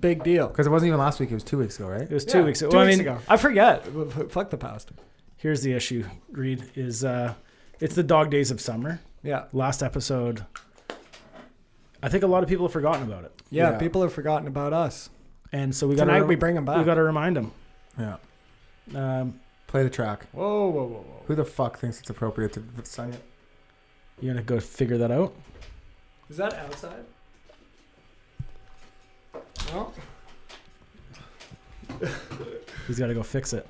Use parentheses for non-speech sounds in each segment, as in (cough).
big deal. Because it wasn't even last week; it was two weeks ago, right? It was two Yeah, weeks ago. two well, weeks I mean, ago. I forget. Fuck the past. Here's the issue. Reed is uh, it's the dog days of summer. Yeah. Last episode. I think a lot of people have forgotten about it, yeah, Yeah. People have forgotten about us. and so we got Tonight we bring them back. we got to remind them. Yeah. Um, Play the track. whoa, whoa, whoa, whoa. Who the fuck thinks it's appropriate to sign it? you're gonna go figure that out. Is that outside? No. He's got to go fix it.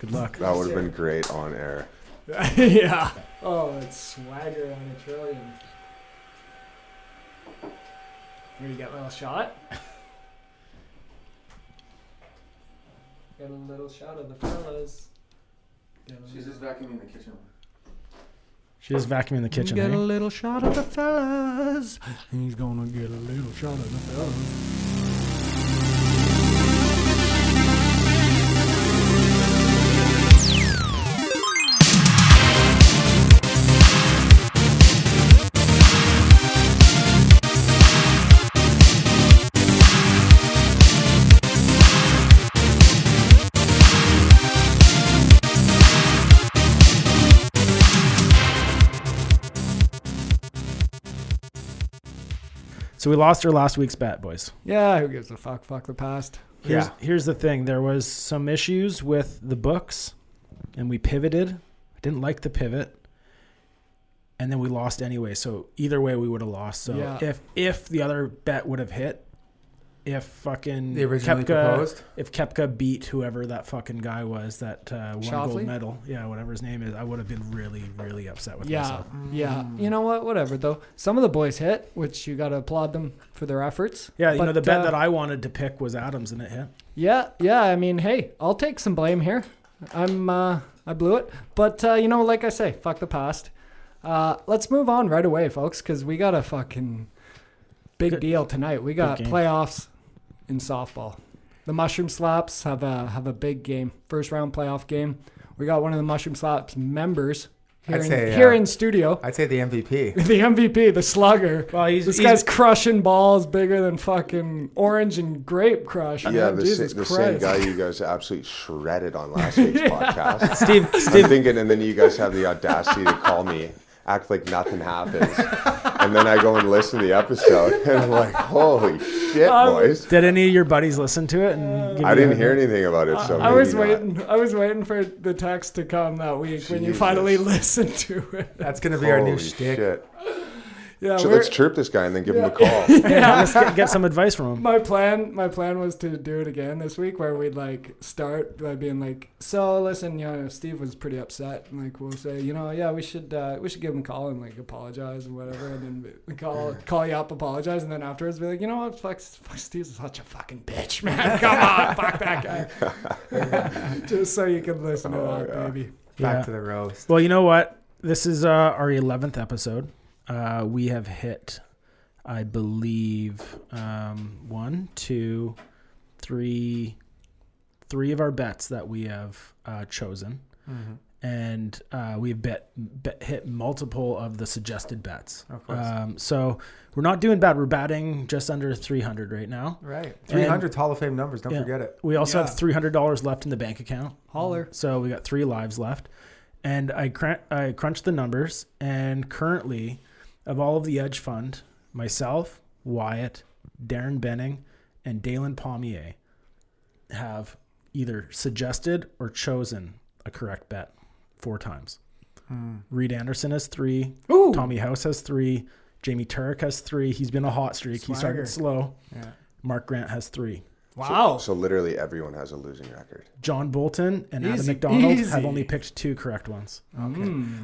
Good luck. That would have been great on air. (laughs) yeah. Oh, it's swagger on a trillion. Where you got a little shot? Got a little shot of the fellas. Got a little- vacuuming the kitchen. She is vacuuming the kitchen. Get a eh? little shot of the fellas. He's gonna get a little shot of the fellas. So we lost her last week's bet, boys. Yeah, who gives a fuck? Fuck the past. Here's, Yeah. Here's the thing. There was some issues with the books, and we pivoted. I didn't like the pivot, and then we lost anyway. So either way, we would have lost. So Yeah. if if the other bet would have hit, if fucking The originally Koepka- proposed. if Kepka beat whoever that fucking guy was that uh, won Shoffley? gold medal, yeah, whatever his name is, I would have been really really upset with yeah, myself. yeah. You know what? Whatever though. Some of the boys hit, which you gotta applaud them for their efforts. Yeah, you know But, the bet uh, that I wanted to pick was Adams, and it hit. Yeah, yeah. I mean, hey, I'll take some blame here. I'm, uh, I blew it. But uh, you know, like I say, fuck the past. Uh, let's move on right away, folks, because we got a fucking big Good- deal tonight. We got game. playoffs in softball. The Mushroom Slaps have a have a big game, first round playoff game. We got one of the Mushroom Slaps members here, I'd in, say, here uh, in studio. I'd say the (laughs) (laughs) MVP. the MVP, the slugger. Well, he's, This guy's crushing balls bigger than fucking orange and grape crush. Man. Yeah, the, sa- Jesus the Christ. same guy you guys absolutely shredded on last week's podcast. Steve. (laughs) Steve, I'm thinking, and then you guys have the audacity to call me, act like nothing happens, and then I go and listen to the episode, (laughs) and I'm like, holy shit, boys! did any of your buddies listen to it? Uh, And give I you didn't a- hear anything about it, so I was maybe not. waiting. I was waiting for the text to come that week when you finally (laughs) listened to it. That's gonna be our Holy new shtick. shit! Yeah, So we're- let's chirp this guy and then give him a call. (laughs) Yeah, let's (laughs) get, get some advice from him. my plan. My plan was to do it again this week, where we'd like start by being like, "So listen, you know, Steve was pretty upset, and like we'll say, you know, yeah, we should uh, we should give him a call and like apologize and whatever, and then we call call you up, apologize, and then afterwards be like, you know what, fuck, fuck Steve's such a fucking bitch, (laughs) man. Come (laughs) on, fuck that guy. (laughs) Just so you can listen to that, baby. Back Oh, Yeah. to the roast. Well, you know what? This is uh, our eleventh episode. Uh, we have hit, I believe, um, one, two, three, three of our bets that we have uh, chosen, Mm-hmm. and uh, we've bet, bet hit multiple of the suggested bets. Of course. Um, so we're not doing bad. We're batting just under three hundred right now. Right. 300 Hall of Fame numbers. Don't Yeah. forget it. We also Yeah. have three hundred dollars left in the bank account. Holler. So we got three lives left, and I cr- I crunched the numbers, and currently, of all of the Edge Fund, myself, Wyatt, Darren Benning, and Dalen Palmier have either suggested or chosen a correct bet four times. Reed Anderson has three. Hmm. Ooh. Tommy House has three. Jamie Turek has three. He's been a hot streak. He Swagger. started slow. Yeah. Mark Grant has three. Wow. so literally everyone has a losing record. John Bolton and Adam Easy, McDonald have easy. only picked two correct ones.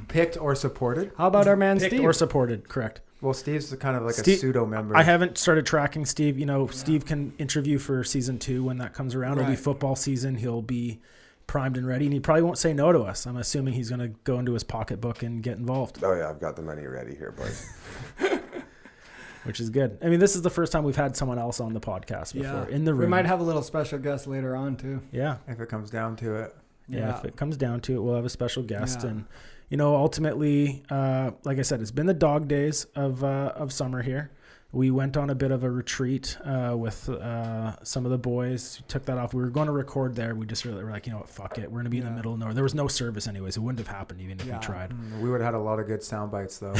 Picked or supported. How about our man Picked Steve? or supported, correct. Well, Steve's kind of like a Steve- pseudo member. I haven't started tracking Steve. You know, Steve can interview for season two when that comes around. It'll be Right. football season. He'll be primed and ready, and he probably won't say no to us. I'm assuming he's going to go into his pocketbook and get involved, Oh yeah, I've got the money ready here, boys. which is good. I mean, this is the first time we've had someone else on the podcast before in the room. We might have a little special guest later on too. yeah, if it comes down to it. yeah, Yeah. If it comes down to it, we'll have a special guest, Yeah. and you know, ultimately, uh, like I said, it's been the dog days of uh, of summer here. we went on a bit of a retreat uh, with uh, some of the boys. Took that off. We were going to record there. We just really were like, you know what, fuck it. We're gonna be in the Yeah. middle of nowhere. There was no service anyways. It wouldn't have happened even if Yeah. Mm-hmm. we tried. Mm, We would have had a lot of good sound bites (laughs) though.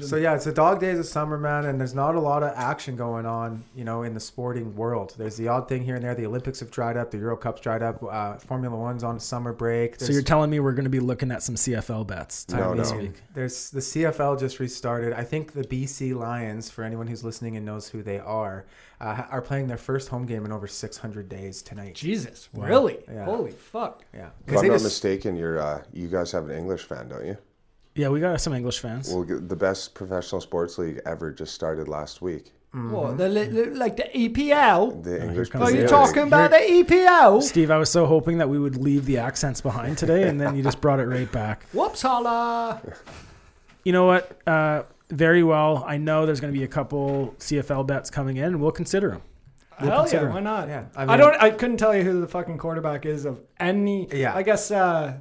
so yeah, it's the dog days of summer, man, and there's not a lot of action going on, you know, in the sporting world. There's the odd thing here and there. The Olympics have dried up, the Euro Cup's dried up, uh, Formula One's on summer break. So you're telling me we're gonna be looking at some CFL bets No, time no. this week? There's the CFL just restarted. I think the BC Lions, for anyone who's listening and knows who they are, uh, are playing their first home game in over 600 days tonight. Jesus, really? Yeah. Holy fuck! Yeah, If I'm they not just- mistaken, you're uh, you guys have an English fan, don't you? Yeah, we got some English fans. Well, the best professional sports league ever just started last week. Mm-hmm. What? The, li- li- like the EPL? The English. comes Are the Premier you other- talking League. about the E (laughs) EPL? Steve, I was so hoping that we would leave the accents behind today, and then you just brought it right back. Whoops, holla! You know what? Uh, very well. I know there's going to be a couple CFL bets coming in. We'll consider them. We'll Hell consider yeah, why not? Yeah, I, I mean- don't. I couldn't tell you who the fucking quarterback is of any. Yeah. I guess. Uh,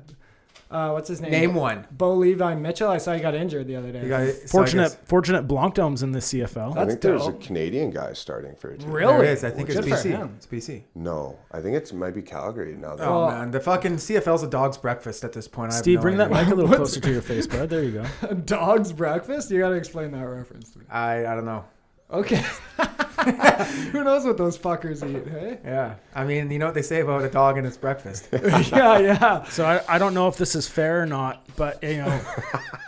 uh, what's his name? Name one. Bo Levi Mitchell. I saw he got injured the other day. You guys- so I Fortunate, guess- fortunate Blancdome's in the CFL. I That's think there's a dope. Canadian guy starting for it. too. really? There is. I think it's Good for BC. him. It's BC. No, I think it's might be Calgary now. That Oh Well- man, the fucking CFL's a dog's breakfast at this point. I have Steve, no bring that idea. mic a little What's- closer to your face, bud. There you go. (laughs) Dog's breakfast. You got to explain that reference. To me. I I don't know. Okay. (laughs) who knows what those fuckers eat? Hey. (laughs) Yeah, I mean, you know what they say about a dog and its breakfast. yeah, yeah. So I, I don't know if this is fair or not, but (laughs) you know,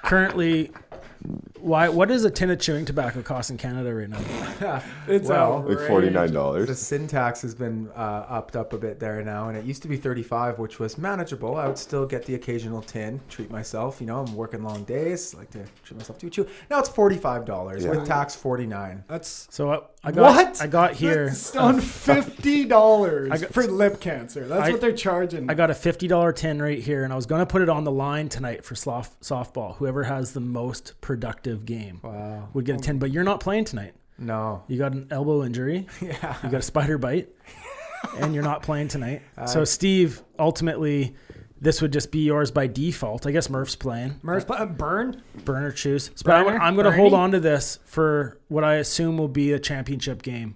currently, why? What does a tin of chewing tobacco cost in Canada right now? It's Well, well, like forty nine the dollars. syntax has been uh, upped up a bit there now, and it used to be 35, which was manageable. I would still get the occasional tin, treat myself. You know, I'm working long days, like to treat myself to a chew. Now it's 45 dollars Yeah. with tax 49. That's So I, I got What? I got here. uh, That's on fifty dollars I got- for lip cancer. That's I- what they're charging. I got a fifty dollar tin right here, and I was gonna put it on the line tonight for slof, softball. Whoever has the most productive game Wow. would get a tin. But you're not playing tonight. No. You got an (laughs) elbow injury. Yeah. You got a spider bite, and you're not playing tonight. Uh, so Steve, ultimately, this would just be yours by default. I guess Murph's playing. Murph's pla- burn. burner choose. But I'm, Burner? I'm going to hold Bernie? on to this for what I assume will be a championship game.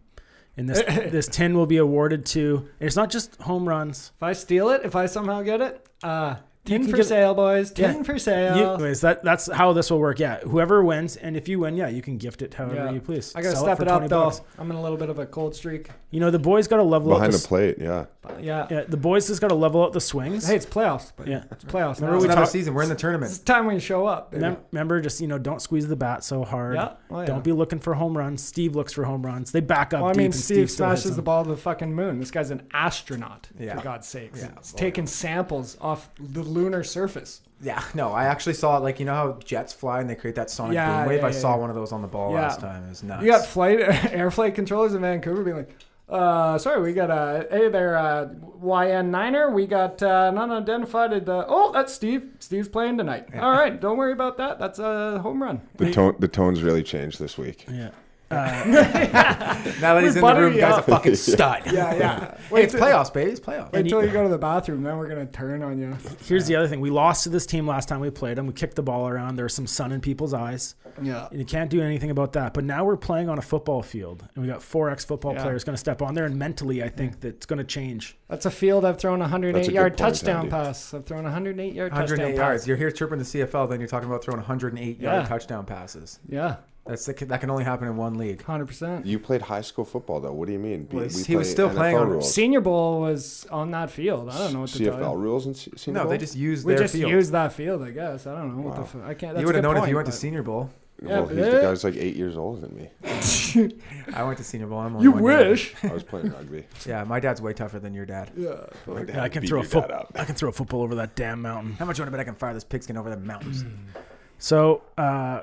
And (laughs) this this tin will be awarded to. And it's not just home runs. If I steal it, if I somehow get it, uh, tin can for give- sale, boys. Tin Yeah. for You, sale. anyways, that that's how this will work. Yeah, whoever wins, and if you win, yeah, you can gift it however Yeah. you please. I gotta Sell step for it, up 20 though. bucks. I'm in a little bit of a cold streak. You know the boys got to level Behind up. the plate, yeah. But yeah. yeah, the boys just got to level up the swings. Hey, it's playoffs. But yeah. It's playoffs. Remember now. we It's another talk- season. We're in the tournament. it's time when you show up. baby. Remem- Remember, just you know, don't squeeze the bat so hard. Yeah. Oh, yeah. Don't be looking for home runs. Steve looks for home runs. They back up. Well, I deep mean, and Steve, still hits smashes the them. ball to the fucking moon. This guy's an astronaut, Yeah. for God's sakes. Yeah. He's taking samples off the lunar surface. Yeah. No, I actually saw it. Like you know how jets fly and they create that sonic Yeah, boom wave. yeah, I yeah, saw yeah. one of those on the ball Yeah. last time. It was nuts. You got flight (laughs) air flight controllers in Vancouver being like, uh, sorry, we got a hey there, uh, YN Niner. We got uh, an unidentified. At the, oh, that's Steve. Steve's playing tonight. All right, don't worry about that. That's a home run. The tone the tones really changed this week. Yeah. Uh, now that he's in the butter room, you guy's a up. (laughs) fucking stud. Yeah, (laughs) yeah. Hey, it's playoffs, baby. It's playoffs. Wait till you go to the bathroom, then we're gonna turn on you. Here's the other thing. We lost to this team last time we played them. We kicked the ball around. There was some sun in people's eyes. Yeah. And you can't do anything about that. But now we're playing on a football field. And we got four ex football Yeah. players going to step on there. And mentally, I think that's going to change. That's a field I've thrown a That's 108 a good yard point, touchdown Andy. pass. I've thrown a 108 yard 108 touchdown yards. pass. You're here chirping the CFL, then you're talking about throwing 108 Yeah. yard touchdown passes. Yeah, That's the, that can only happen in one league. 100%. You played high school football though. What do you mean? Well, he was still playing on- rules. Senior Bowl was on that field. I don't know what to CFL tell you. rules and senior No, they Bowl? just use We their just field. used that field, I guess. I don't know what the Wow. fuck. I can't. That's you a would have good known if point, you went to but- Senior Bowl. Yeah, well, he's the but- guy's like eight years older than me. I went to Senior Bowl. I'm Oh only You one year. wish. I was playing rugby. Yeah, my dad's way tougher than your dad. Yeah. My dad Yeah, I can beat throw a your dad football. up. I can throw a football over that damn mountain. How much you want to bet I can fire this pigskin over the mountains? Mm-hmm. So uh,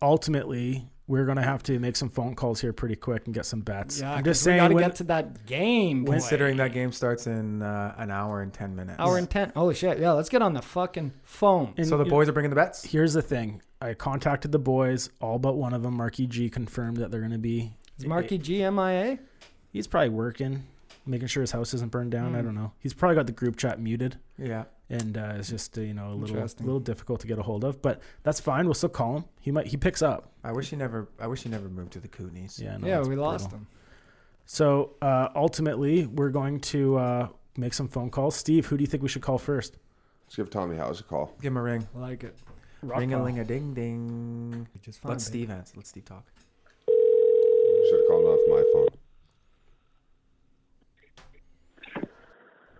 ultimately, we're going to have to make some phone calls here pretty quick and get some bets. Yeah, I'm 'cause just we saying. gotta When, get to that game. boy. Considering that game starts in uh, an hour and 10 minutes. hour and ten. Holy shit! Yeah, let's get on the fucking phone. and So the you- boys are bringing the bets? Here's the thing. I contacted the boys. All but one of them, Marky G, confirmed that they're going to be. Oh, Is Marky G MIA? He's probably working. making sure his house isn't burned down. Hmm. I don't know. He's probably got the group chat muted, Yeah. and uh, it's just uh, you know a little Interesting. little difficult to get a hold of. But that's fine. We'll still call him. He might he picks up. I wish he never. I wish he never moved to the Kootenays. Yeah, no, yeah, that's we lost brutal. him. So uh, ultimately, we're going to uh, make some phone calls. Steve, who do you think we should call first? Let's give Tommy House a call. Give him a ring. I like it. Ring a ling a ding ding. Which is fine. Let Steve answer. Let Steve talk. Should have called him off my phone.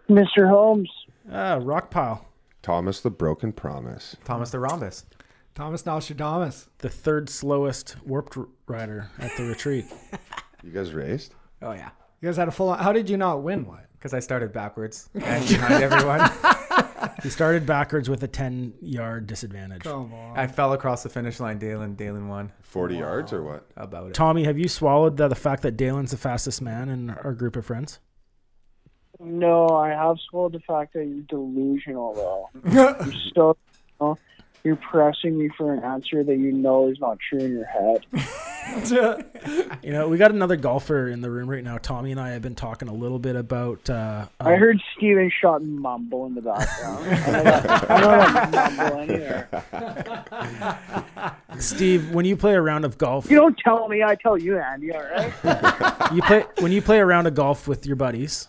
Mr. Holmes, Ah, rock pile, Thomas the Broken Promise. Thomas the Rhombus. Thomas Nostradamus. the third slowest warped r- rider at the (laughs) retreat. You guys raced? Oh yeah. You guys had a full. How did you not win? What? Because I started backwards and behind everyone. (laughs) He started backwards with a ten yard disadvantage. Come on. I fell across the finish line. Dalen. Dalen won. 40 yards or what? About it. Tommy, have you swallowed the, the fact that Dalen's the fastest man in our group of friends? no, I have swallowed the fact that you're delusional, (laughs) though. you're so, you're pressing me for an answer that you know is not true in your head. You know, we got another golfer in the room right now. Tommy and I have been talking a little bit about. Uh, um, I heard Steven shot mumble in (laughs) the background. I know that- I know that mumble anywhere. Steve, when you play a round of golf, You don't tell me, I tell you, Andy, all right? you play when you play a round of golf with your buddies.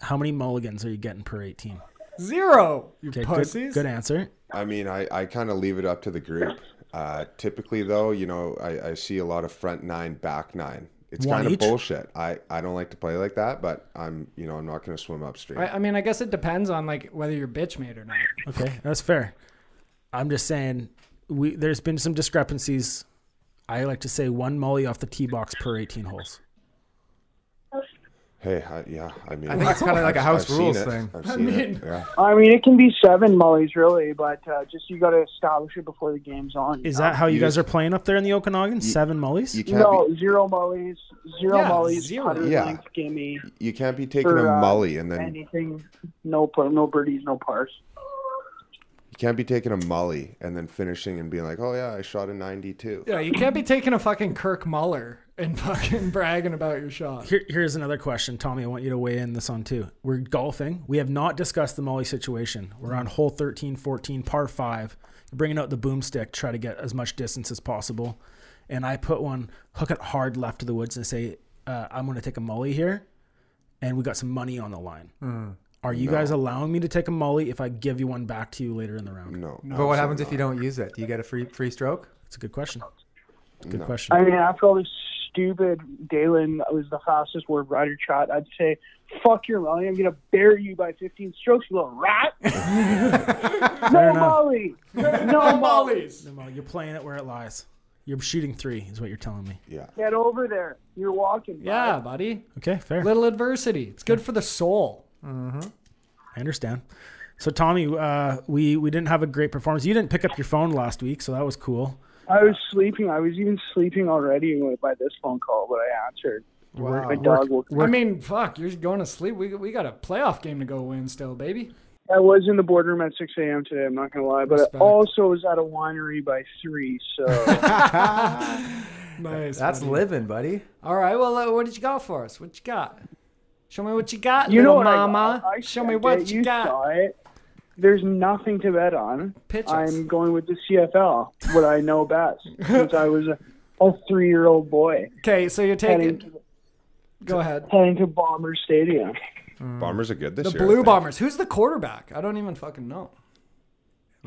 How many mulligans are you getting per eighteen? (laughs) Zero. You Okay, good, pussies. good answer. I mean, I, I kind of leave it up to the group. Uh, typically, though, you know, I, I see a lot of front nine, back nine. It's One kind of each? bullshit. I, I don't like to play like that, but I'm, you know, I'm not going to swim upstream. I, I mean, I guess it depends on like whether you're bitch made or not. Okay, that's fair. I'm just saying, we there's been some discrepancies. I like to say one molly off the tee box per eighteen holes. Hey, I, yeah, I mean, I think it's kinda like a I've- house I've seen rules it. thing. I've seen mean- it. Yeah. I mean, it can be seven mullies, really, but uh, just you got to establish it before the game's on. you Is know? that how you you guys just- are playing up there in the Okanagan? Seven mullies. You can't No, zero mullies, zero Yeah, mullies, zero. 100 Yeah. length gimme, be you can't be taking For, a uh, mully and then anything, no, par- no birdies, no pars. you can't be taking a mully and then finishing and being like, oh yeah, I shot a 92. Yeah, you can't be taking a fucking Kirk Muller and (laughs) fucking bragging about your shot. Here, here's another question, Tommy. I want you to weigh in this on too. We're golfing. We have not discussed the molly situation. We're on hole 13, 14, par five. You're bringing out the boomstick, try to get as much distance as possible. And I put one, hook it hard left to the woods, and say, uh, "I'm going to take a molly here," and we got some money on the line. Are you guys allowing me to take a molly if I give you one back to you later in the round? No. But what happens if you don't use it? Do you get a free free stroke? It's a good question. It's a good question. I mean, after all this stupid Dalen was the fastest word rider chat, I'd say, fuck your mully. I'm going to bury you by 15 strokes, you little (laughs) rat. no mully. No mully. Mollies. No, Molly, you're playing it where it lies. You're shooting three, is what you're telling me. Yeah. Get over there. You're walking. bud. Yeah, buddy. Okay, fair. Little adversity. It's good for the soul. I understand. So Tommy, uh, we we didn't have a great performance. You didn't pick up your phone last week, so that was cool. I was sleeping. I was even sleeping already by this phone call, but I answered. My dog woke I mean, fuck, you're going to sleep. We, we got a playoff game to go win still, baby. I was in the boardroom at 6 a.m. today. I'm not gonna lie, but Respect. I also was at a winery by three. (laughs) So Nice. That's buddy. living, buddy. All right. Well, uh, what did you got for us? What you got? Show me what you got, you know little what, I mama. got? I Show me sent what it. you, you got. Saw it. There's nothing to bet on. Pitch us. I'm going with the CFL, what I know (laughs) best, since I was a, a three-year-old boy Okay, so you're heading taking. to, Go ahead. heading to Bomber Stadium. Bombers are good this The year. I Blue think. Bombers. Who's the quarterback? I don't even fucking know.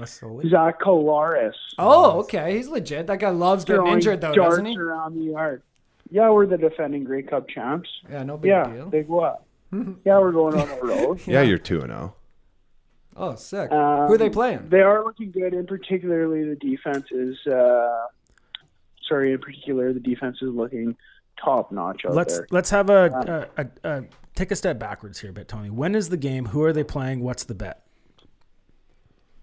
Zach Kolaris Oh, okay. He's legit. That guy loves getting throwing injured, though, darts doesn't he? around the yard. Yeah, we're the defending Grey Cup champs. Yeah, no big Yeah, deal. big (laughs) what? yeah, we're going on the road. Yeah, you're 2 and 0. Oh, sick. Um, Who are they playing? They are looking good, and particularly the defense is. Uh, sorry, in particular, the defense is looking top notch Oh, out Let's there. let's have a, a, a, a take a step backwards here, a bit Tommy. When is the game? Who are they playing? What's the bet?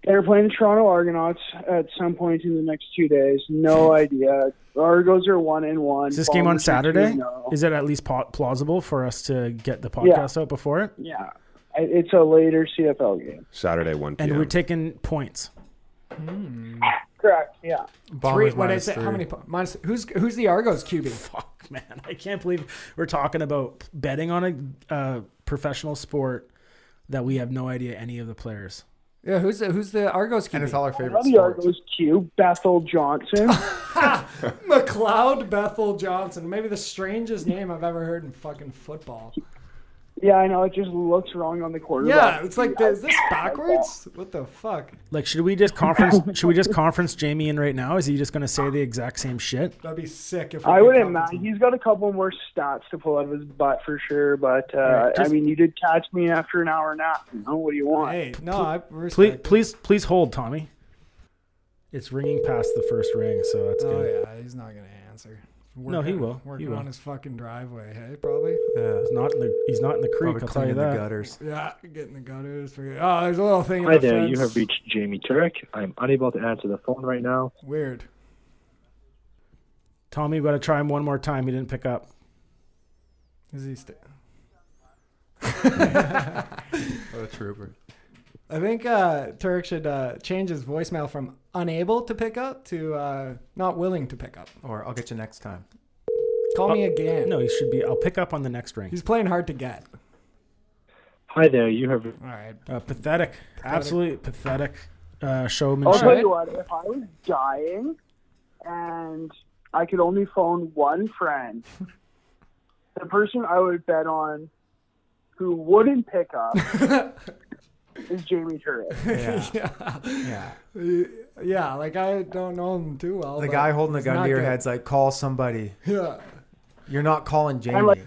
They're playing the Toronto Argonauts at some point in the next two days. No (laughs) idea. Argos are one and one. Is this game on Bombers are two and Saturday? oh. Is it at least pa- plausible for us to get the podcast out before it? yeah, I- it's a later CFL game. Saturday 1 p.m. And we're taking points. Correct. Yeah. Three, Bombers what did I minus say? How three. many? po- Minus, who's who's the Argos QB? Fuck, man. I can't believe we're talking about betting on a uh, professional sport that we have no idea any of the players. Yeah, who's the, who's the Argos QB? And it's all our favorite Love the sports. Argos Q. Bethel (laughs) Johnson. McLeod Bethel Johnson, maybe the strangest name I've ever heard in fucking football. yeah, I know. It just looks wrong on the quarterback. Yeah, it's like, is this backwards? What the fuck? Like, should we (laughs) just conference? should we just conference Jamie in right now? Is he just going to say the exact same shit? That'd be sick if we I could wouldn't come mind. to- He's got a couple more stats to pull out of his butt for sure, but uh, just- I mean, you did catch me after an hour nap. You know, what do you want? Hey, no, I Please, respect. please, please hold, Tommy. It's ringing past the first ring, so that's Oh good. yeah, he's not gonna answer. No, he will. Working He will. on his fucking driveway, hey, probably. Yeah. He's not in the, he's not in the creek. Probably I'll tell you cleaning the that. gutters. Yeah, getting the gutters. For, oh, there's a little thing. in Hi the there, fence. you have reached Jamie Turek. I'm unable to answer the phone right now. Weird. Tommy, we got to try him one more time. He didn't pick up. Is he st- What a trooper. I think uh, Turk should uh, change his voicemail from unable to pick up to uh, not willing to pick up. Or I'll get you next time. Call Oh. me again. No, he should be. I'll pick up on the next ring. He's playing hard to get. Hi there, you have All (laughs) right. Uh, pathetic. Absolutely pathetic uh, Oh, I'll showmanship. tell you what. If I was dying, and I could only phone one friend, the person I would bet on who wouldn't pick up is Jamie Turek. (laughs) Yeah. Yeah. yeah. Yeah, like I don't know him too well. The but guy holding the he's gun not to your good. head's like, call somebody. Yeah. You're not calling Jamie. like-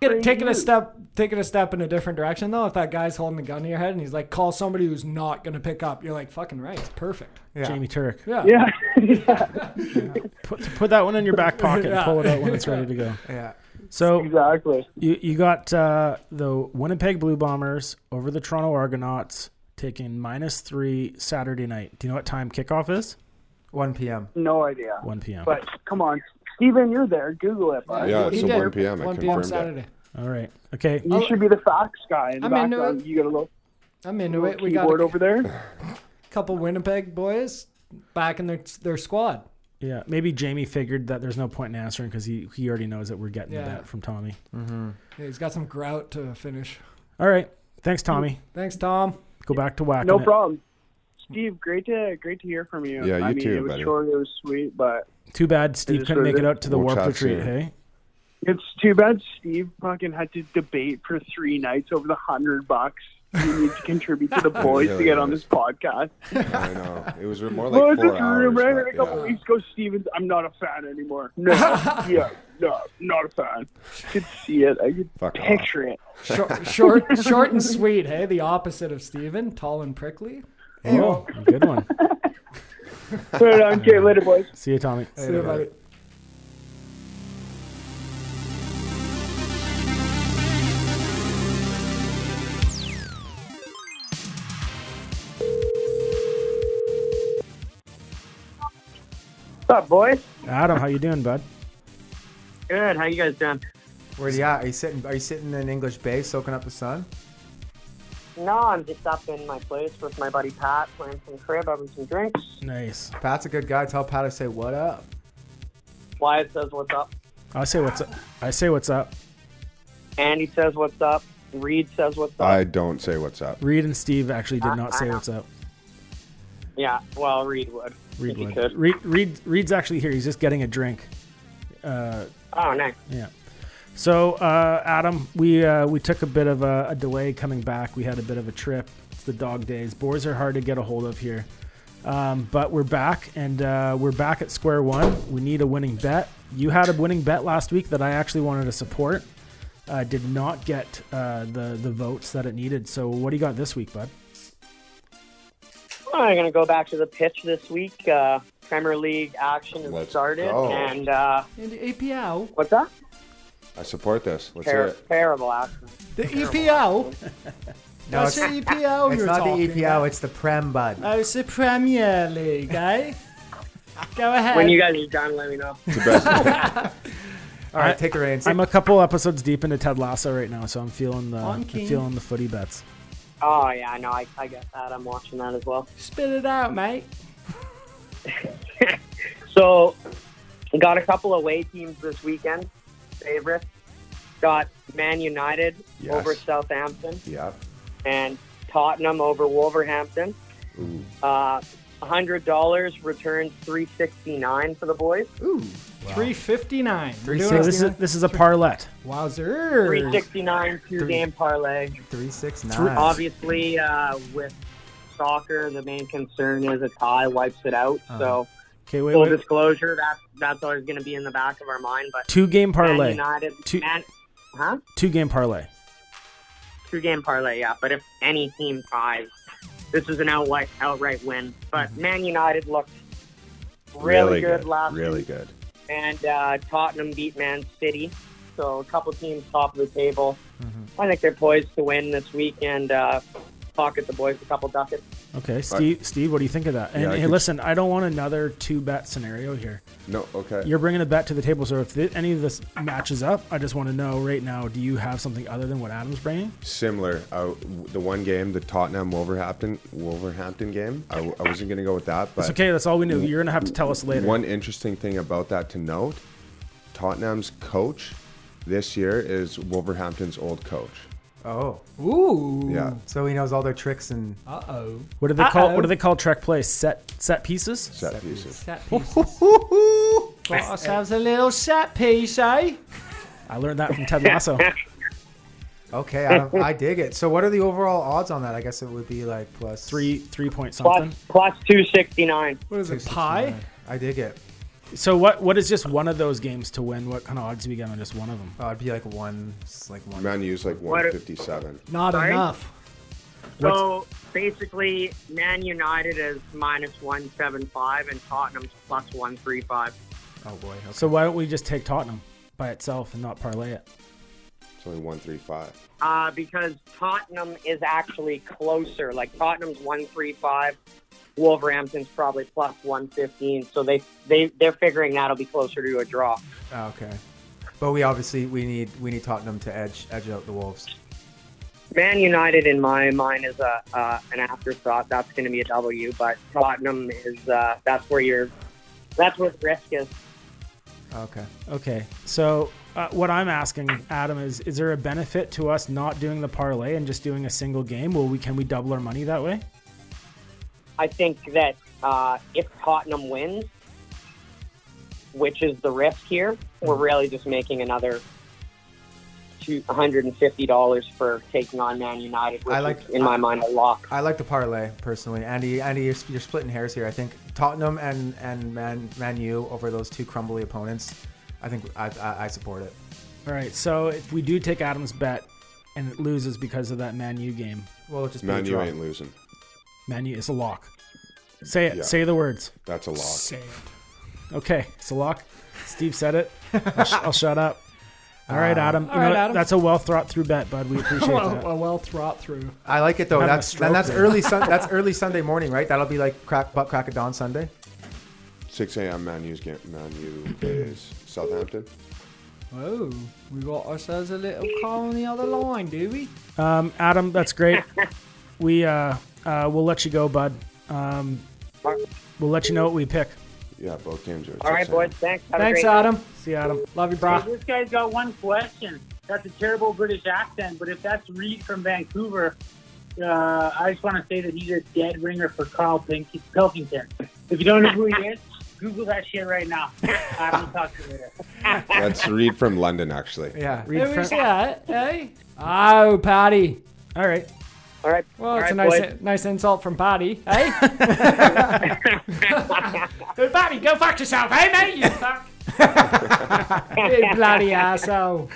Get- taking a step taking a step in a different direction though, if that guy's holding the gun to your head and he's like, call somebody who's not gonna pick up, you're like, fucking right, it's perfect. yeah. Jamie Turek. Yeah. Yeah. (laughs) yeah. Put, put that one in your back pocket and Yeah. pull it out when it's ready to go. Yeah. So Exactly. you, you got uh, the Winnipeg Blue Bombers over the Toronto Argonauts taking minus three Saturday night. Do you know what time kickoff is? 1 p.m. No idea. 1 p.m. But come on, Steven, you're there. Google it. Bud. Yeah, He it's a did. 1 p.m. I 1 confirmed p.m. it. Saturday. All right. Okay. You should be the facts guy in the I'm into background. it. You got a little, I'm into little it. We got keyboard a (laughs) over there. couple Winnipeg boys back in their their squad. Yeah. Maybe Jamie figured that there's no point in answering because he, he already knows that we're getting Yeah. that from Tommy. Yeah, he's got some grout to finish. All right. Thanks, Tommy. Thanks, Tom. Go back to whacking No it. problem. Steve, great to great to hear from you. Yeah, I you mean, too, It was buddy. short, it was sweet, but Too bad Steve just couldn't make heard it out to the We'll Warped chat Retreat. soon. Hey. it's too bad Steve fucking had to debate for three nights over the hundred bucks you need to contribute (laughs) to the boys to really get on is. this podcast. I know. It was (laughs) more well, like it's four just hours. rumor. I but heard a couple yeah. weeks ago, Stevens, I'm not a fan anymore. (laughs) No, yeah, no, not a fan. I could see it. I could Fuck off. picture it. Short, short, short and sweet. Hey, the opposite of Steven, tall and prickly. Oh, good one. Put it on. uh, Okay, later, boys. See you, Tommy. See you later. What's up, boys? Adam, how you doing, bud? Good, how you guys doing? Where's he at? Are you sitting? Are you sitting in English Bay soaking up the sun? No, I'm just up in my place with my buddy Pat, playing some crib, having some drinks. Nice. Pat's a good guy. Tell Pat to say what up. Wyatt says what's up. I say what's up. I say what's up. Andy says what's up. Reed says what's up. I don't say what's up. Reed and Steve actually did not I- I say know. what's up. yeah, well, Reed would. Reed, if he would. could. Reed, Reed, Reed's actually here. He's just getting a drink. Uh, Oh, nice. yeah. So, uh, Adam, we uh, we took a bit of a, a delay coming back. We had a bit of a trip. It's the dog days. Boars are hard to get a hold of here, um, but we're back and uh, we're back at square one. We need a winning bet. You had a winning bet last week that I actually wanted to support. Uh, did not get uh, the the votes that it needed. So, what do you got this week, bud? I'm going to go back to the pitch this week. Uh, Premier League action has Let's started. go. And uh, And the APL. what's that? I support this. Let's hear Ter- it. terrible action. The E EPL. No, That's it's, the (laughs) EPL it's you're not the E talking EPL. about. It's the Prem Bud. Oh, it's the Premier League, (laughs) eh? Go ahead. When you guys are done, let me know. It's the best. All right, take the reins. I'm a couple episodes deep into Ted Lasso right now, so I'm feeling the On I'm King. feeling the footy bets. Oh, yeah, no, I, I get that. I'm watching that as well. Spit it out, mate. so, got a couple away teams this weekend. Favorites got Man United Yes. over Southampton Yeah. and Tottenham over Wolverhampton. Ooh. Uh, hundred dollars returns three sixty nine for the boys. Ooh, three fifty nine. So this is this is a parlet. Three Wowzer. sixty nine two Three. game parlay. Three six nine. Obviously, uh, with soccer, the main concern is a tie wipes it out. So, Okay, Uh-huh. wait, Oh, full wait. disclosure, that's that's always going to be in the back of our mind. But Two game Man parlay. United, Two- Man, huh? Two game parlay. Two game parlay, yeah. But if any team ties, this is an outright outright win. But Man United looked Mm-hmm. really, good, last Really good. and uh, Tottenham beat Man City. So a couple teams top of the table. I think they're poised to win this week and uh, pocket the boys a couple ducats. Okay, Steve. Steve, what do you think of that? And I hey, could- listen, I don't want another two bet scenario here. No, okay. You're bringing a bet to the table, so if th- any of this matches up, I just want to know right now: Do you have something other than what Adam's bringing? Similar. Uh, the one game, the Tottenham Wolverhampton Wolverhampton game. I, w- I wasn't gonna go with that, but It's okay. That's all we knew. You're gonna have to tell us later. One interesting thing about that to note Tottenham's coach this year is Wolverhampton's old coach. Oh, Ooh. Yeah. so he knows all their tricks and Uh oh. What do they call? Uh-oh. What do they call Trek play? Set set pieces. Set pieces. Set piece. Got ourselves a little set piece, eh? I learned that from Ted Lasso. (laughs) okay, I, I dig it. So what are the overall odds on that? I guess it would be like plus three three point something. Plus, plus 269. What is it? 269. Pie? I dig it. So what what is just one of those games to win? What kind of odds do we get on just one of them? Oh, it'd be like one, it's like one. Man U's like 157. Not Sorry? enough. So basically, Man United is minus 175 and Tottenham's plus 135. Oh boy. Okay. So why don't we just take Tottenham by itself and not parlay it? It's only 135. Uh, because Tottenham is actually closer. Like Tottenham's 135, Wolverhampton's probably plus 115. So they, they, they're figuring that'll be closer to a draw. Oh, okay. But we obviously we need we need Tottenham to edge edge out the Wolves. Man United, in my mind, is a uh, an afterthought. That's going to be a W, but Tottenham is uh, that's where you're that's where the risk is. Okay. Okay. So uh, what I'm asking Adam is: Is there a benefit to us not doing the parlay and just doing a single game? Will we can we double our money that way? I think that uh, if Tottenham wins, which is the risk here, we're really just making another two hundred and fifty dollars for taking on Man United, which I like- is, in my mind, a lock. I like the parlay personally, Andy. Andy, you're, you're splitting hairs here. I think Tottenham and and Man Man U over those two crumbly opponents. I think I, I, I support it. All right. So if we do take Adam's bet and it loses because of that Man U game, Well, it'll just be a Man U draw. ain't losing. Man U is a lock. Say it. Yeah. Say the words. That's a lock. Okay, it's a lock. Steve said it. I'll, sh- I'll (laughs) shut up. All right, Adam. You all right, know what? Adam. That's a well thought through bet, bud. We (laughs) appreciate Well, that. well, well throt through. I like it though. Having a That's stroke and that's there. early sun, that's early Sunday morning, right? That'll be like crack butt crack of dawn Sunday. 6 a.m. Man U's game. Man U is Southampton. Oh, we got ourselves a little call on the other line, do we? Um, Adam, that's great. We uh, uh, we'll let you go, bud. Um, we'll let you know what we pick. Yeah, both games are. at All right, 6 a.m. boys. Thanks. Have Thanks, a great night. Adam. See you, Adam. Love you, brah. This guy's got one question. That's a terrible British accent, but if that's Reed from Vancouver, uh, I just want to say that he's a dead ringer for Carl Pink- Pilkington. If you don't know who he is, Google that shit right now. I will talk to you later. Let's read from London, actually. Yeah. Read Who Fran- is that, eh? Oh, Patty. All right. All right. Well, All Oh, it's a right, nice, boys. nice insult from Patty, (laughs) eh? (laughs) hey, Patty, go fuck yourself, hey, mate, you fuck. (laughs) you bloody asshole.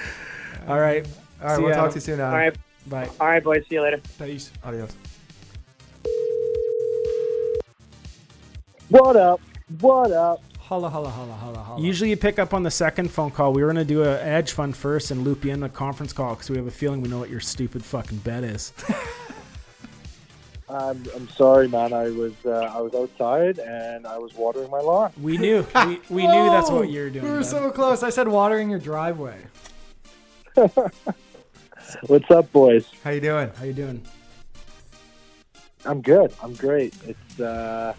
All right. All right. See we'll ya, talk Adam. to you soon. Adam. All right. Bye. All right, boys. See you later. Peace. Adios. What up? What up? Holla, holla, holla, holla, holla. Usually you pick up on the second phone call. We were gonna do a edge fund first and loop you in the conference call because we have a feeling we know what your stupid fucking bet is. I'm, I'm sorry, man. I was uh, I was outside and I was watering my lawn. We knew. We, we knew that's Oh, what you were doing. We were bud. so close. I said watering your driveway. What's up, boys? How you doing? How you doing? I'm good. I'm great. It's uh,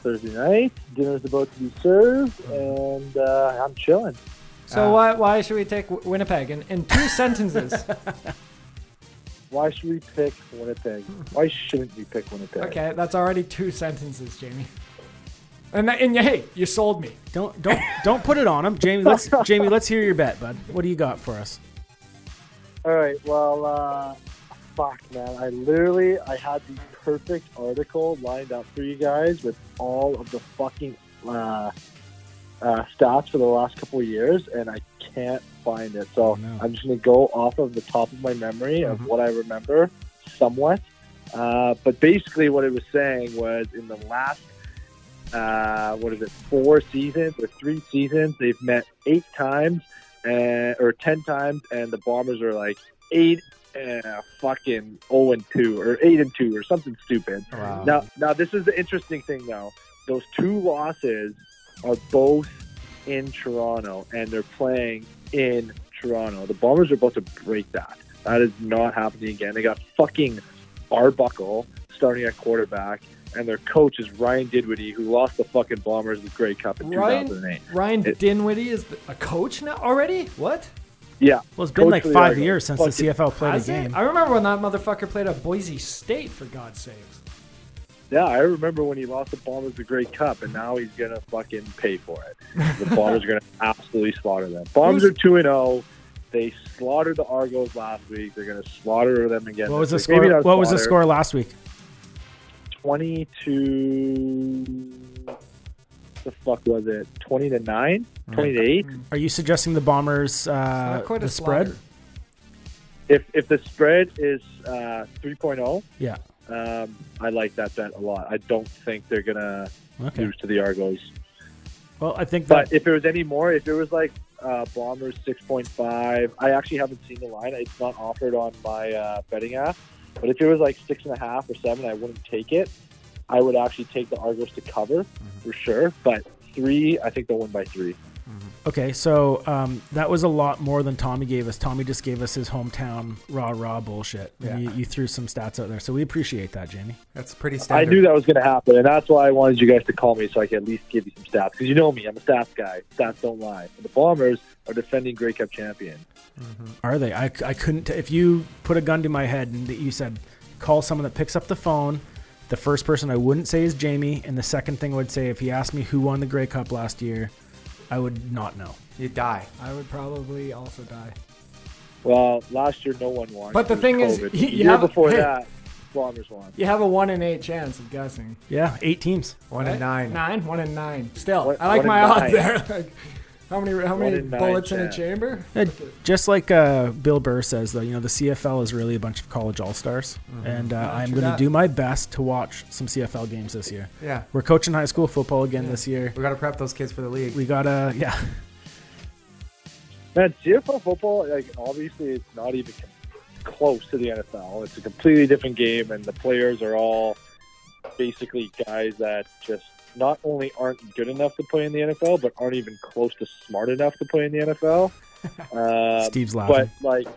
Thursday night. Dinner's about to be served, and uh, I'm chilling. Ah. So why why should we take Wi- Winnipeg in, in two sentences? (laughs) Why should we pick Winnipeg? Why shouldn't we pick Winnipeg? okay, that's already two sentences, Jamie. And that, and hey, you sold me. Don't don't don't put it on him, Jamie. Let's Jamie. Let's hear your bet, bud. What do you got for us? All right. Well, uh, fuck, man. I literally I had the perfect article lined up for you guys with all of the fucking uh, uh, stats for the last couple of years, and I can't find it. So Oh, no. I'm just gonna go off of the top of my memory of what I remember, somewhat. Uh, but basically, what it was saying was in the last. Uh, what is it? Four seasons or three seasons? They've met eight times, and, or ten times, and the Bombers are like eight, uh, fucking zero and two, or eight and two, or something stupid. Uh-huh. Wow. Now, now this is the interesting thing, though. Those two losses are both in Toronto, and they're playing in Toronto. The Bombers are about to break that. That is not happening again. They got fucking Arbuckle starting at quarterback, and their coach is Ryan Didwitty, who lost the fucking Bombers the Grey Cup in Ryan- 2008. Ryan It- Dinwiddie is the, a coach now already? What? Yeah, Well, it's been Coach like for the five Argos. years since the Fuck it. CFL played a Has it? game. I remember when that motherfucker played at Boise State for God's sakes. Yeah, I remember when he lost the Bombers the Great Cup, and now he's gonna fucking pay for it. The Bombers (laughs) are gonna absolutely slaughter them. Bombers are two and zero. They slaughtered the Argos last week. They're gonna slaughter them again. What was the this week. Maybe score? not What was the slaughter. score last week? Twenty to. The fuck was it? Twenty to nine? Mm. Twenty to eight? Are you suggesting the Bombers uh, not quite the a spread? slaughter. If if the spread is uh, 3.0, Yeah. um, I like that bet a lot. I don't think they're gonna Okay. lose to the Argos. Well, I think that But if it was any more, if it was like uh, Bombers 6.5, I actually haven't seen the line. It's not offered on my uh, betting app. But if it was like six and a half or seven, I wouldn't take it. I would actually take the Argos to cover Mm-hmm. for sure. But three, I think they'll win by three. okay. So um, that was a lot more than Tommy gave us. Tommy just gave us his hometown rah rah bullshit. And Yeah. You, you threw some stats out there, so we appreciate that, Jamie. That's pretty I standard. knew that was going to happen, and that's why I wanted you guys to call me so I could at least give you some stats. Because you know me, I'm a stats guy. Stats don't lie. And the Bombers are defending Grey Cup champion. Are they? I, I couldn't. If you put a gun to my head and that you said, call someone that picks up the phone, the first person I wouldn't say is Jamie, and the second thing I would say if he asked me who won the Grey Cup last year, I would not know. You die. I would probably also die. Well, last year no one won. But the It was thing is, COVID. you- the you year have- before hey. that, Bombers won. You have a one in eight chance of guessing. Yeah, eight teams. One and Right? nine. Nine, one in nine. Still, One- I like one my in odds nine. there. (laughs) Like, how many how many in nine bullets in a chance. chamber? Uh, Just like uh, Bill Burr says, though, you know, the CFL is really a bunch of college all stars. And uh, I'm true going to that. do my best to watch some CFL games this year. Yeah. We're coaching high school football again this year. We got to prep those kids for the league. We got to, yeah. Man, CFL football, like obviously, it's not even com- close to the NFL. It's a completely different game, and the players are all basically guys that just not only aren't good enough to play in the NFL, but aren't even close to smart enough to play in the (laughs) NFL. Um, Steve's but laughing. like,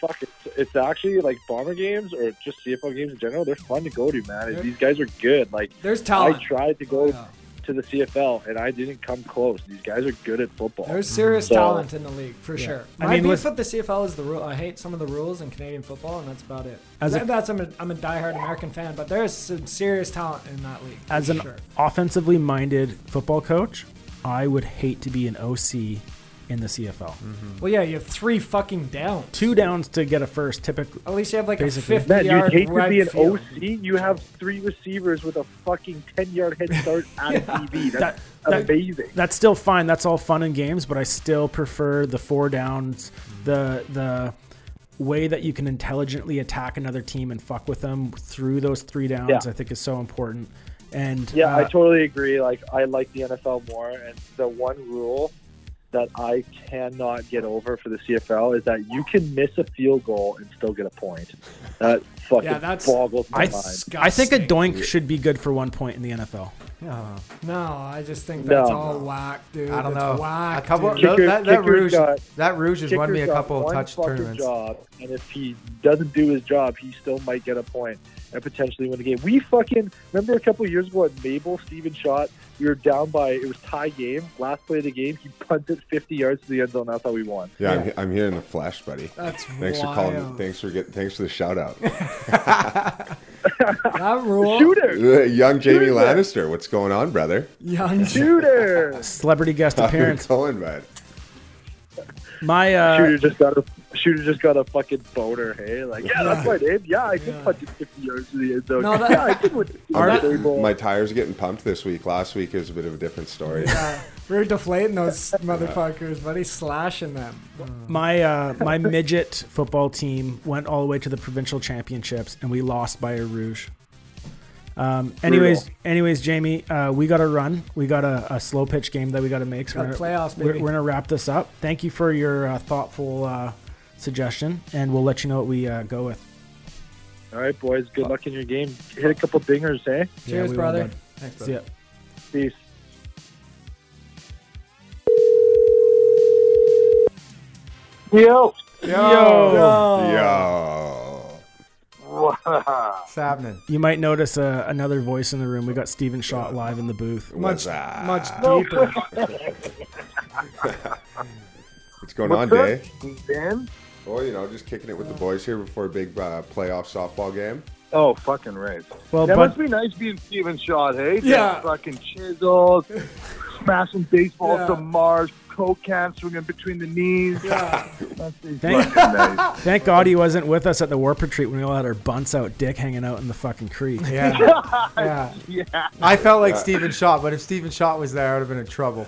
fuck, it's, it's actually like bomber games or just CFL games in general. They're fun to go to, man. Yeah. These guys are good. Like, There's I talent. tried to go Yeah. to the CFL, and I didn't come close. These guys are good at football. There's serious So- talent in the league for sure. I My mean, beef with- with the CFL is the rule. I hate some of the rules in Canadian football, and that's about it. As a- That- that's I'm a, I'm a diehard American fan, but there is some serious talent in that league. for As an sure. offensively minded football coach, I would hate to be an OC in the CFL. well, yeah, you have three fucking down. Two downs to get a first, typically. At least you have like Basically. a 50 Man, you'd yard hate to right be an field. OC. You have three receivers with a fucking ten yard head start (laughs) on TV. That's That- that- amazing. That's still fine. That's all fun and games, but I still prefer the four downs, the the way that you can intelligently attack another team and fuck with them through those three downs. Yeah. I think is so important. And yeah, I uh, totally agree. Like I like the NFL more, and the one rule that I cannot get over for the CFL is that you can miss a field goal and still get a point. That fucking Yeah, that's- boggles my I, mind. I think a doink should be good for one point in the NFL. Oh, No, I just think that's No. all whack, dude. I don't It's know. Whack, a couple, dude. Kicker- that, that kicker's Rouge, got- that Rouge has won me a Kicker's got couple one touch fucking tournaments. Job, and if he doesn't do his job, he still might get a point and potentially win the game. We fucking remember a couple years ago at Mabel, Steven shot. We were down by it was tie game. Last play of the game, he punted 50 yards to the end zone. That's how we won. Yeah, I'm, I'm here in the flesh, buddy. That's Thanks for wild. calling. Thanks for getting. Thanks for the shout out. (laughs) That rule, Shooter, (laughs) Young Jamie Dude, man. Lannister, what's going on, brother? young shooter, (laughs) Celebrity guest How you appearance. going, bud? My uh, shooter just got a shooter just got a fucking boner. Hey, like yeah, that's my name. Yeah, I did Yeah. punch it 50 yards to the end zone. No, that- yeah, I did win. Our- Third ball. my tires are getting pumped this week. Last week is a bit of a different story. Yeah, we're (laughs) deflating those motherfuckers, buddy. Slashing them. my uh, my midget football team went all the way to the provincial championships, and we lost by a Rouge. Um, anyways, anyways, Jamie, uh, we got to run. We got a, a slow pitch game that we got to make. So Got we're gonna- playoffs, we're, baby. we're gonna wrap this up. Thank you for your uh, thoughtful uh, suggestion, and we'll let you know what we uh, go with. All right, boys. Good luck in your game. Hit a couple dingers, eh? Cheers, we will, brother. bud. Thanks, See brother. ya. Peace. Yo. Yo. What's happening? You might notice uh, another voice in the room. We got Steven Shot live in the booth. What's much, that? much deeper. What's going on, Day? Well, you know, just kicking it with the boys here before a big uh, playoff softball game. Oh, fucking right. Well, That bud, must be nice being Steven Shaw, hey? Yeah. Just fucking chisels, (laughs) smashing baseballs Yeah. to Mars, coke cans swinging between the knees. Yeah. That's fucking Thank- (laughs) nice. thank God he wasn't with us at the warp retreat when we all had our bunts out, dick hanging out in the fucking creek. Yeah. yeah. Yeah. (laughs) I felt like Yeah. Steven Shot, but if Steven Shot was there, I would have been in trouble.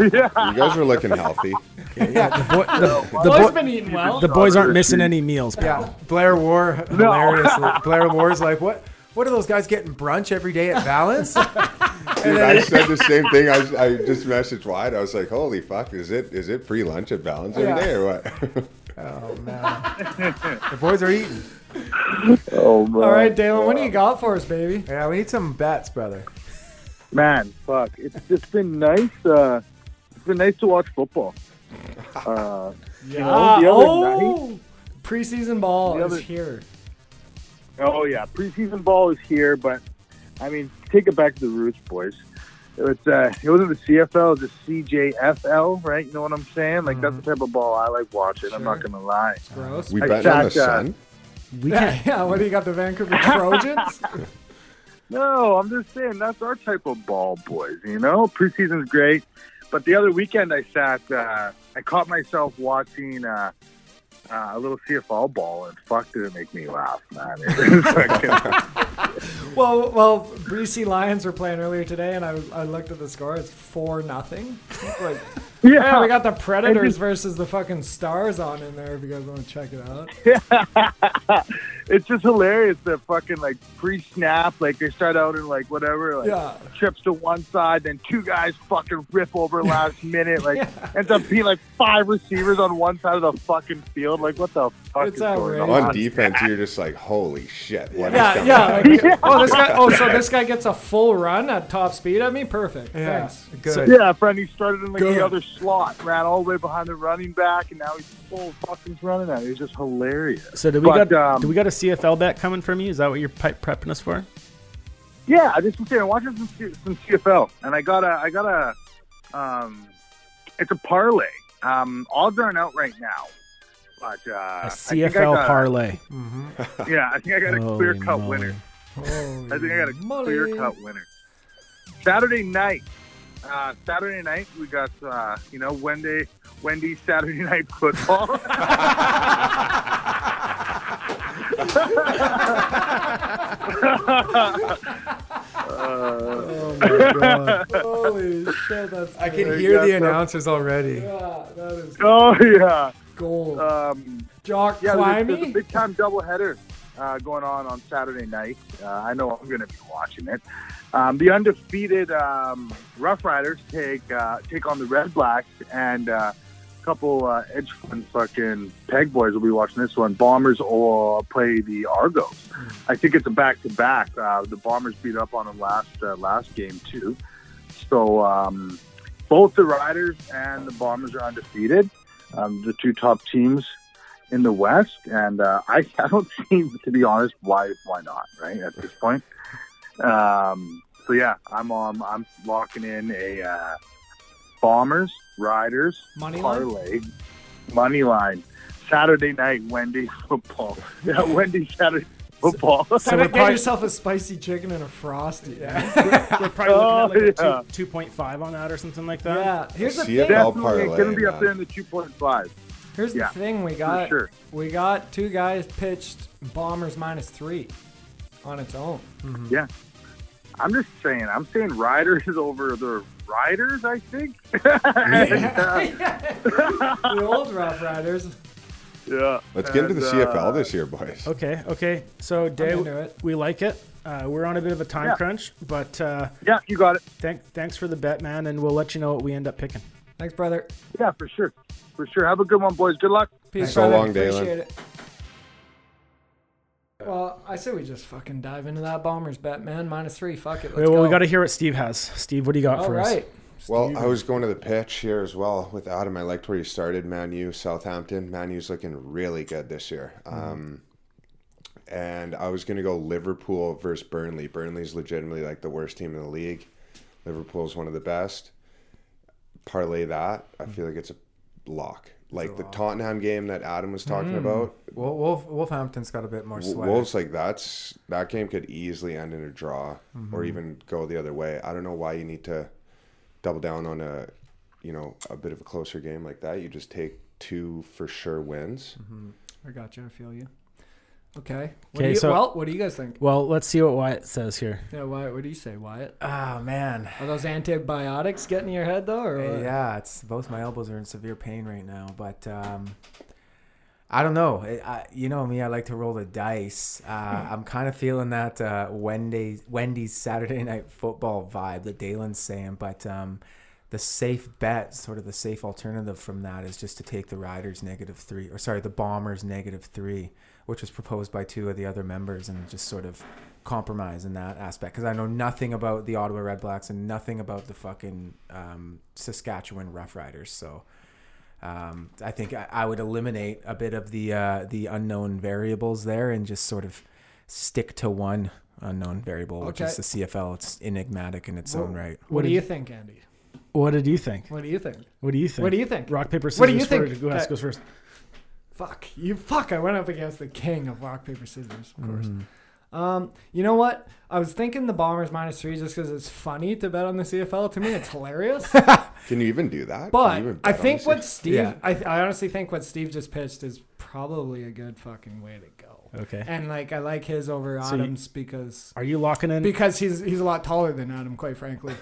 You guys are looking healthy. The, boy, the, the, Boy's boy, been eating well. the boys aren't missing any meals. Yeah. Blair War, hilarious. Blair War's like, what? What are those guys getting brunch every day at Balance? Dude, I said the same thing. I, I just messaged Wyatt. I was like, "Holy fuck! Is it is it free lunch at Valens every Yeah. day or what?" (laughs) oh man, the boys are eating. Oh, man. All right, Dalen, what do you got for us, baby? Yeah, we need some bets, brother. Man, fuck. It's just been nice. Uh, it's been nice to watch football. Uh, Yeah. the other oh, preseason ball The is other- here. oh, yeah. Preseason ball is here, but, I mean, take it back to the roots, boys. It's, uh, it wasn't the CFL, it was the CJFL, right? You know what I'm saying? Like, that's the type of ball I like watching. I'm not going to lie. Gross. We I bet on the jacked, uh, sun. We Yeah, (laughs) (laughs) can't. yeah. What do you got? The (laughs) Vancouver Trojans? No, I'm just saying that's our type of ball, boys. You know, preseason's great, but the other weekend I sat, uh, I caught myself watching uh, uh, a little CFL ball, and fuck, did it make me laugh, man! (laughs) It was fucking- well, well, BC Lions were playing earlier today, and I, I looked at the score. It's four nothing. (laughs) Like, yeah, we yeah, got the Predators versus the fucking Stars on in there. If you guys want to check it out. it's just hilarious that fucking like pre-snap, like they start out in like whatever, like Yeah. trips to one side, then two guys fucking rip over last minute, (laughs) like ends up being like five receivers on one side of the fucking field. Like, what the fuck It's is going outrageous. on? On defense, you're just like, "Holy shit!" What is Yeah, coming yeah. up?" (laughs) like, (laughs) oh, this guy. Oh, so this guy gets a full run at top speed at me. Perfect. Yeah, Thanks. good. Yeah, friend, he started in like Good. the other slot, ran all the way behind the running back, and now he's full fucking running at it. It's just hilarious. So do we But, got um, do we got a CFL bet coming from you? Is that what you're pi- prepping us for? Yeah, I just been saying, I'm watching some, C- some CFL, and I got a, I got a, um, it's a parlay. Um, odds aren't out right now, but uh, A I think I CFL got- parlay. Yeah, I think I got a Oh, Holy clear cut moly. winner. Holy I think I got a moly. clear (laughs) cut winner. Saturday night, uh, Saturday night we got uh, you know Wendy Wendy Saturday (laughs) night (laughs) football. Oh my god. Holy shit, that's I can good. hear the Yeah. announcers already. Yeah, that is oh yeah, gold. um, Jock yeah. There's, there's a Climby? big time doubleheader. uh, going on on Saturday night. Uh, I know I'm going to be watching it. Um, the undefeated um, Rough Riders take uh, take on the Red Blacks, and uh, a couple uh, Edge Fund fucking Peg Boys will be watching this one. Bombers will play the Argos. I think it's a back to back. The Bombers beat up on them last uh, last game too. So um, both the Riders and the Bombers are undefeated. Um, the two top teams in the West, and uh, I, (laughs) I don't see, to be honest, why why not, right? At this point, um, so yeah, I'm um, I'm locking in a uh, Bombers, Riders, Money line? parlay, money line, Saturday night Wendy's (laughs) football, yeah, Wendy's Saturday football. (laughs) So we're get probably- yourself a spicy chicken and a frosty. Yeah. (laughs) We're probably looking at (laughs) like Oh, yeah. a two point five on that or something like that. yeah. Here's the See it thing. all Definitely parlay, gonna be up man. there in the two point five. Here's Yeah, the thing we got. sure. We got two guys pitched bombers minus three on (laughs) its own. Yeah. I'm just saying. I'm saying riders (laughs) over the riders. I think. (laughs) the old Rough Riders. yeah. Let's get into the And, CFL uh, this year, boys. Okay. Okay. So Dave, into it. we like it. Uh, we're on a bit of a time Yeah. crunch, but uh, Yeah, you got it. thank thanks for the bet, man, and we'll let you know what we end up picking. Thanks, brother. Yeah, for sure. For sure. Have a good one, boys. Good luck. Peace, So brother. long, Dalen. Appreciate it. Well, I say we just fucking dive into that bombers bet, man. Minus three. Fuck it. Let's well, go. we got to hear what Steve has. Steve, what do you got All for us? right. Well, I was going to the pitch here as well with Adam. I liked where you started, Man U, Southampton. Man U's looking really good this year. Um, and I was going to go Liverpool versus Burnley. Burnley's legitimately like the worst team in the league. Liverpool's one of the best. Parlay that. I feel like it's Mm-hmm. a lock. Mm. Like the Tottenham game that Adam was talking about. Wolf, Wolf, Wolfhampton's got a bit more W- sweat. Wolves like that's that game could easily end in a draw Mm-hmm. or even go the other way. I don't know why you need to double down on a you know a bit of a closer game like that. You just take two for sure wins. Mm-hmm. I got you. I feel you. Okay. What do Okay, you, so- well, what do you guys think? Well, let's see what Wyatt says here. Yeah, Wyatt, what do you say, Wyatt? Ah man, Are those antibiotics getting in your head though, or what? yeah, it's both my elbows are in severe pain right now. But um, I don't know. I, I, you know me, I like to roll the dice. Uh, I'm kind of feeling that uh, Wendy's Wendy's Saturday (laughs) night football vibe that Dalen's saying, but. Um, the safe bet, sort of the safe alternative from that, is just to take the Riders negative three, or sorry, the Bombers negative three, which was proposed by two of the other members, and just sort of compromise in that aspect. Because I know nothing about the Ottawa Red Blacks and nothing about the fucking um, Saskatchewan Rough Riders, so um, I think I, I would eliminate a bit of the uh, the unknown variables there and just sort of stick to one unknown variable, which Okay. is the CFL. It's enigmatic in its own right. What do you think, Andy? What did you think? What do you think? What do you think? What do you think? Rock paper scissors. What do you think? Uh, For, who has- Okay. goes first? Fuck you! Fuck! I went up against the king of rock paper scissors, of course. Mm-hmm. Um, you know what? I was thinking the Bombers minus three just because it's funny to bet on the CFL. To me, it's (laughs) hilarious. Can you even do that? Can But you even I bet on think this? what Steve, Yeah. I, I honestly think what Steve just pitched is probably a good fucking way to go. Okay. And like I like his over you- Adams because Are you locking in? because he's he's a lot taller than Adam, quite (laughs) frankly.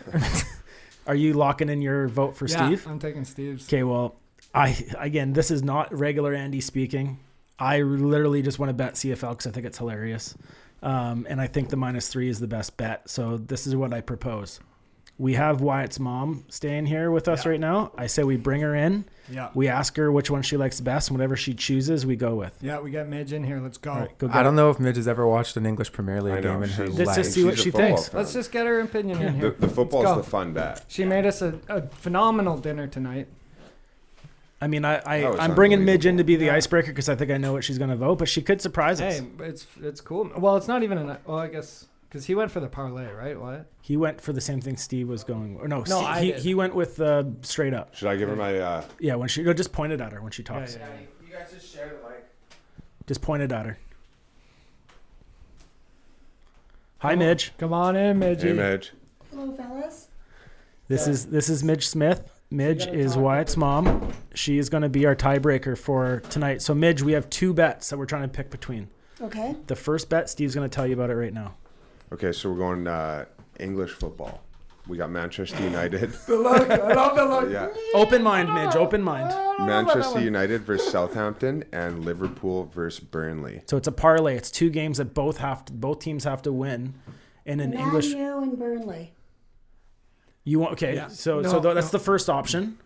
Are you locking in your vote for Yeah, Steve? I'm taking Steve's. Okay. Well, I again, this is not regular Andy speaking. I literally just want to bet CFL because I think it's hilarious, um, and I think the minus three is the best bet. So this is what I propose. We have Wyatt's mom staying here with us right now. I say we bring her in. Yeah. We ask her which one she likes best, and whatever she chooses, we go with. Yeah, we got Midge in here. Let's go. All right, go get I it. don't know if Midge has ever watched an English (laughs) Premier I League know, game in her she's- Let's life. just see what she's a she football thinks. fan. Let's just get her opinion in the, here. (laughs) the football's go. the fun bet. She made us a, a phenomenal dinner tonight. I mean, I, That was I I'm bringing Midge in to be the Yeah. icebreaker because I think I know what she's going to vote, but she could surprise us. Hey, it's it's cool. Well, it's not even an. Well, I guess because he went for the parlay, right? What? He went for the same thing Steve was going. Or no, No, Ste- I he, did. he went with uh, straight up. Should I give her my? Uh, Yeah, when she no, just pointed at her when she talks. You guys just share the mic. Just pointed at her. Hi, Midge. Come on in, Midgey. hey, Midge. Hello, fellas. This is this is Midge Smith. Midge is Wyatt's mom. She is going to be our tiebreaker for tonight. So, Midge, we have two bets that we're trying to pick between. Okay. The first bet, Steve's going to tell you about it right now. Okay, so we're going uh, English football. We got Manchester United. The look. I love the (laughs) look. yeah. Open mind, Midge. Open mind. Manchester United versus Southampton and Liverpool versus Burnley. So it's a parlay. It's two games that both have to, both teams have to win in an Man English. U and Burnley. You want okay? So No, so th- that's no. the first option,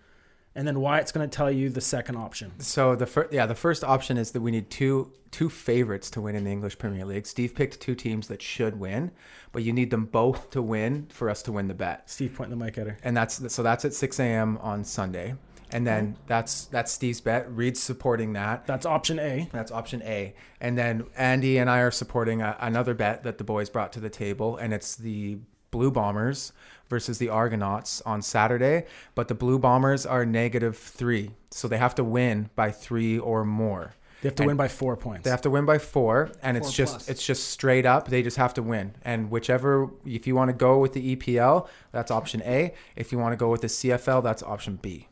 and then Wyatt's going to tell you the second option. So the first, yeah, the first option is that we need two two favorites to win in the English Premier League. Steve picked two teams that should win, but you need them both to win for us to win the bet. Steve pointing the mic at her. And that's so that's at 6 a.m. on Sunday, and then Mm-hmm. that's that's Steve's bet. Reed's supporting that. That's option A. That's option A. And then Andy and I are supporting a, another bet that the boys brought to the table, and it's the Blue Bombers versus the Argonauts on Saturday. But the Blue Bombers are negative three, so they have to win by three or more. They have to win by four points. They have to win by four, and it's Four just plus. it's just straight up. They just have to win, and whichever if you want to go with the EPL, that's option A. If you want to go with the CFL, that's option B.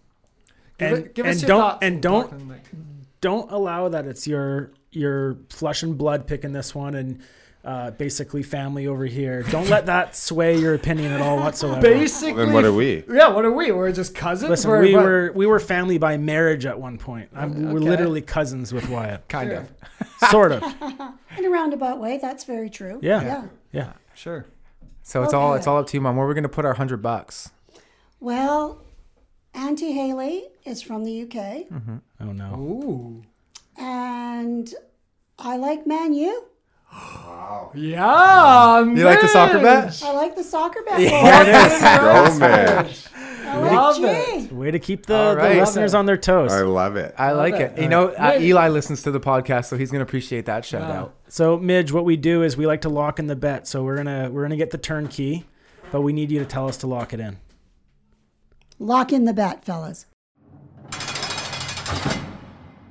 and Give- give us and your don't thoughts. and don't Fucking, like, don't allow that it's your your flesh and blood picking this one and uh, basically family over here. Don't let that sway your opinion (laughs) at all whatsoever. Basically, Well, then what are we? Yeah, what are we? We're just cousins. Listen, we're, we what- were we were family by marriage at one point. I'm, We're Uh, Okay. literally cousins with Wyatt, Kind of. (laughs) sort of. In a roundabout way, that's very true. Yeah. Yeah. Yeah. sure. So it's all Okay. it's all up to you, mom. Where are we going to put our hundred bucks? Well, Auntie Haley is from the UK, Oh no. Ooh. and I like Man U. Yeah. You like the soccer bet? I like the soccer bat. Go, (laughs) man. I Love like it. Jay. Way to keep the, right. the listeners on their toes. I love it. I like it. You know, uh, Eli listens to the podcast, so he's going to appreciate that shout out. So Midge, what we do is we like to lock in the bet. So we're gonna we're gonna get the turnkey, but we need you to tell us to lock it in. Lock in the bat, fellas.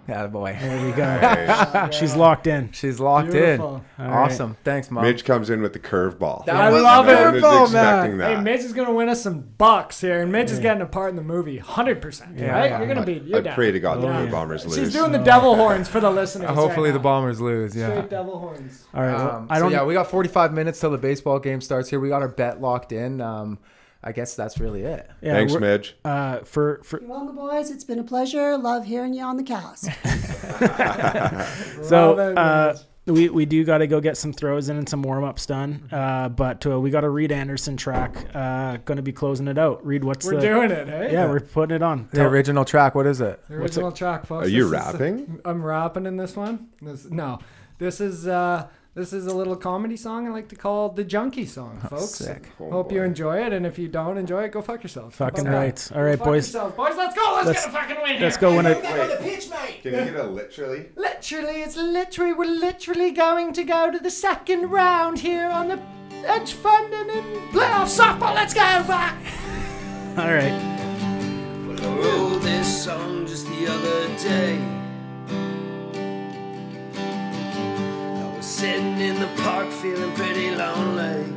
Yeah, boy. There we go. Ah, She's locked in. She's locked Beautiful. in. awesome. Thanks, mom. Midge comes in with the curveball. I love No one it. is Curveball, expecting Hey, that. Midge is gonna win us some bucks here, and Midge is getting a part in the movie, hundred percent. Right? You're gonna be. You're I down. pray to God the Yeah. Blue Bombers lose. She's doing the devil horns for the listeners. Hopefully right the now. Bombers lose. Yeah. Straight devil horns. All right. well, Um, I so don't. yeah, we got 45 minutes till the baseball game starts here. We got our bet locked in. Um, I guess that's really it. yeah, Thanks, we're- Midge. Uh, for for You're welcome, boys. It's been a pleasure. Love hearing you on the cast. so Love it, uh, we we do got to go get some throws in and some warm ups done. Uh, but uh, we got a Reed Anderson track. Uh, going to be closing it out. Reed, what's We're the? doing it, hey? yeah, we're putting it on. The original track, what is it? The original track, folks. Are you (laughs) This is- rapping? I'm rapping in this one. This, no, this is uh, this is a little comedy song I like to call the Junkie Song, folks. sick. Hope you enjoy it, and if you don't enjoy it, go fuck yourself. How Fucking about that? right. All Go right, fuck boys. yourself. Boys, let's go. Let's, Let's- get a fucking win. Let's here. go win it. Can you get a literally? Literally, it's literally we're literally going to go to the second round here on the Edge Fund and in playoff softball. Let's go. fuck! All right. wrote this song just the other day. I was sitting in the park feeling pretty lonely.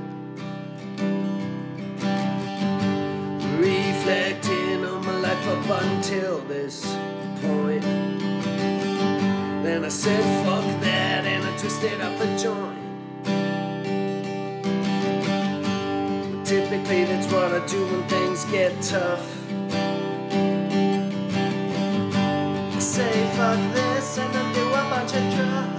Reflecting on my life up until this point. Then I said, fuck that, and I twisted up a joint. Typically, that's what I do when things get tough. say fuck this and I do a bunch of drugs.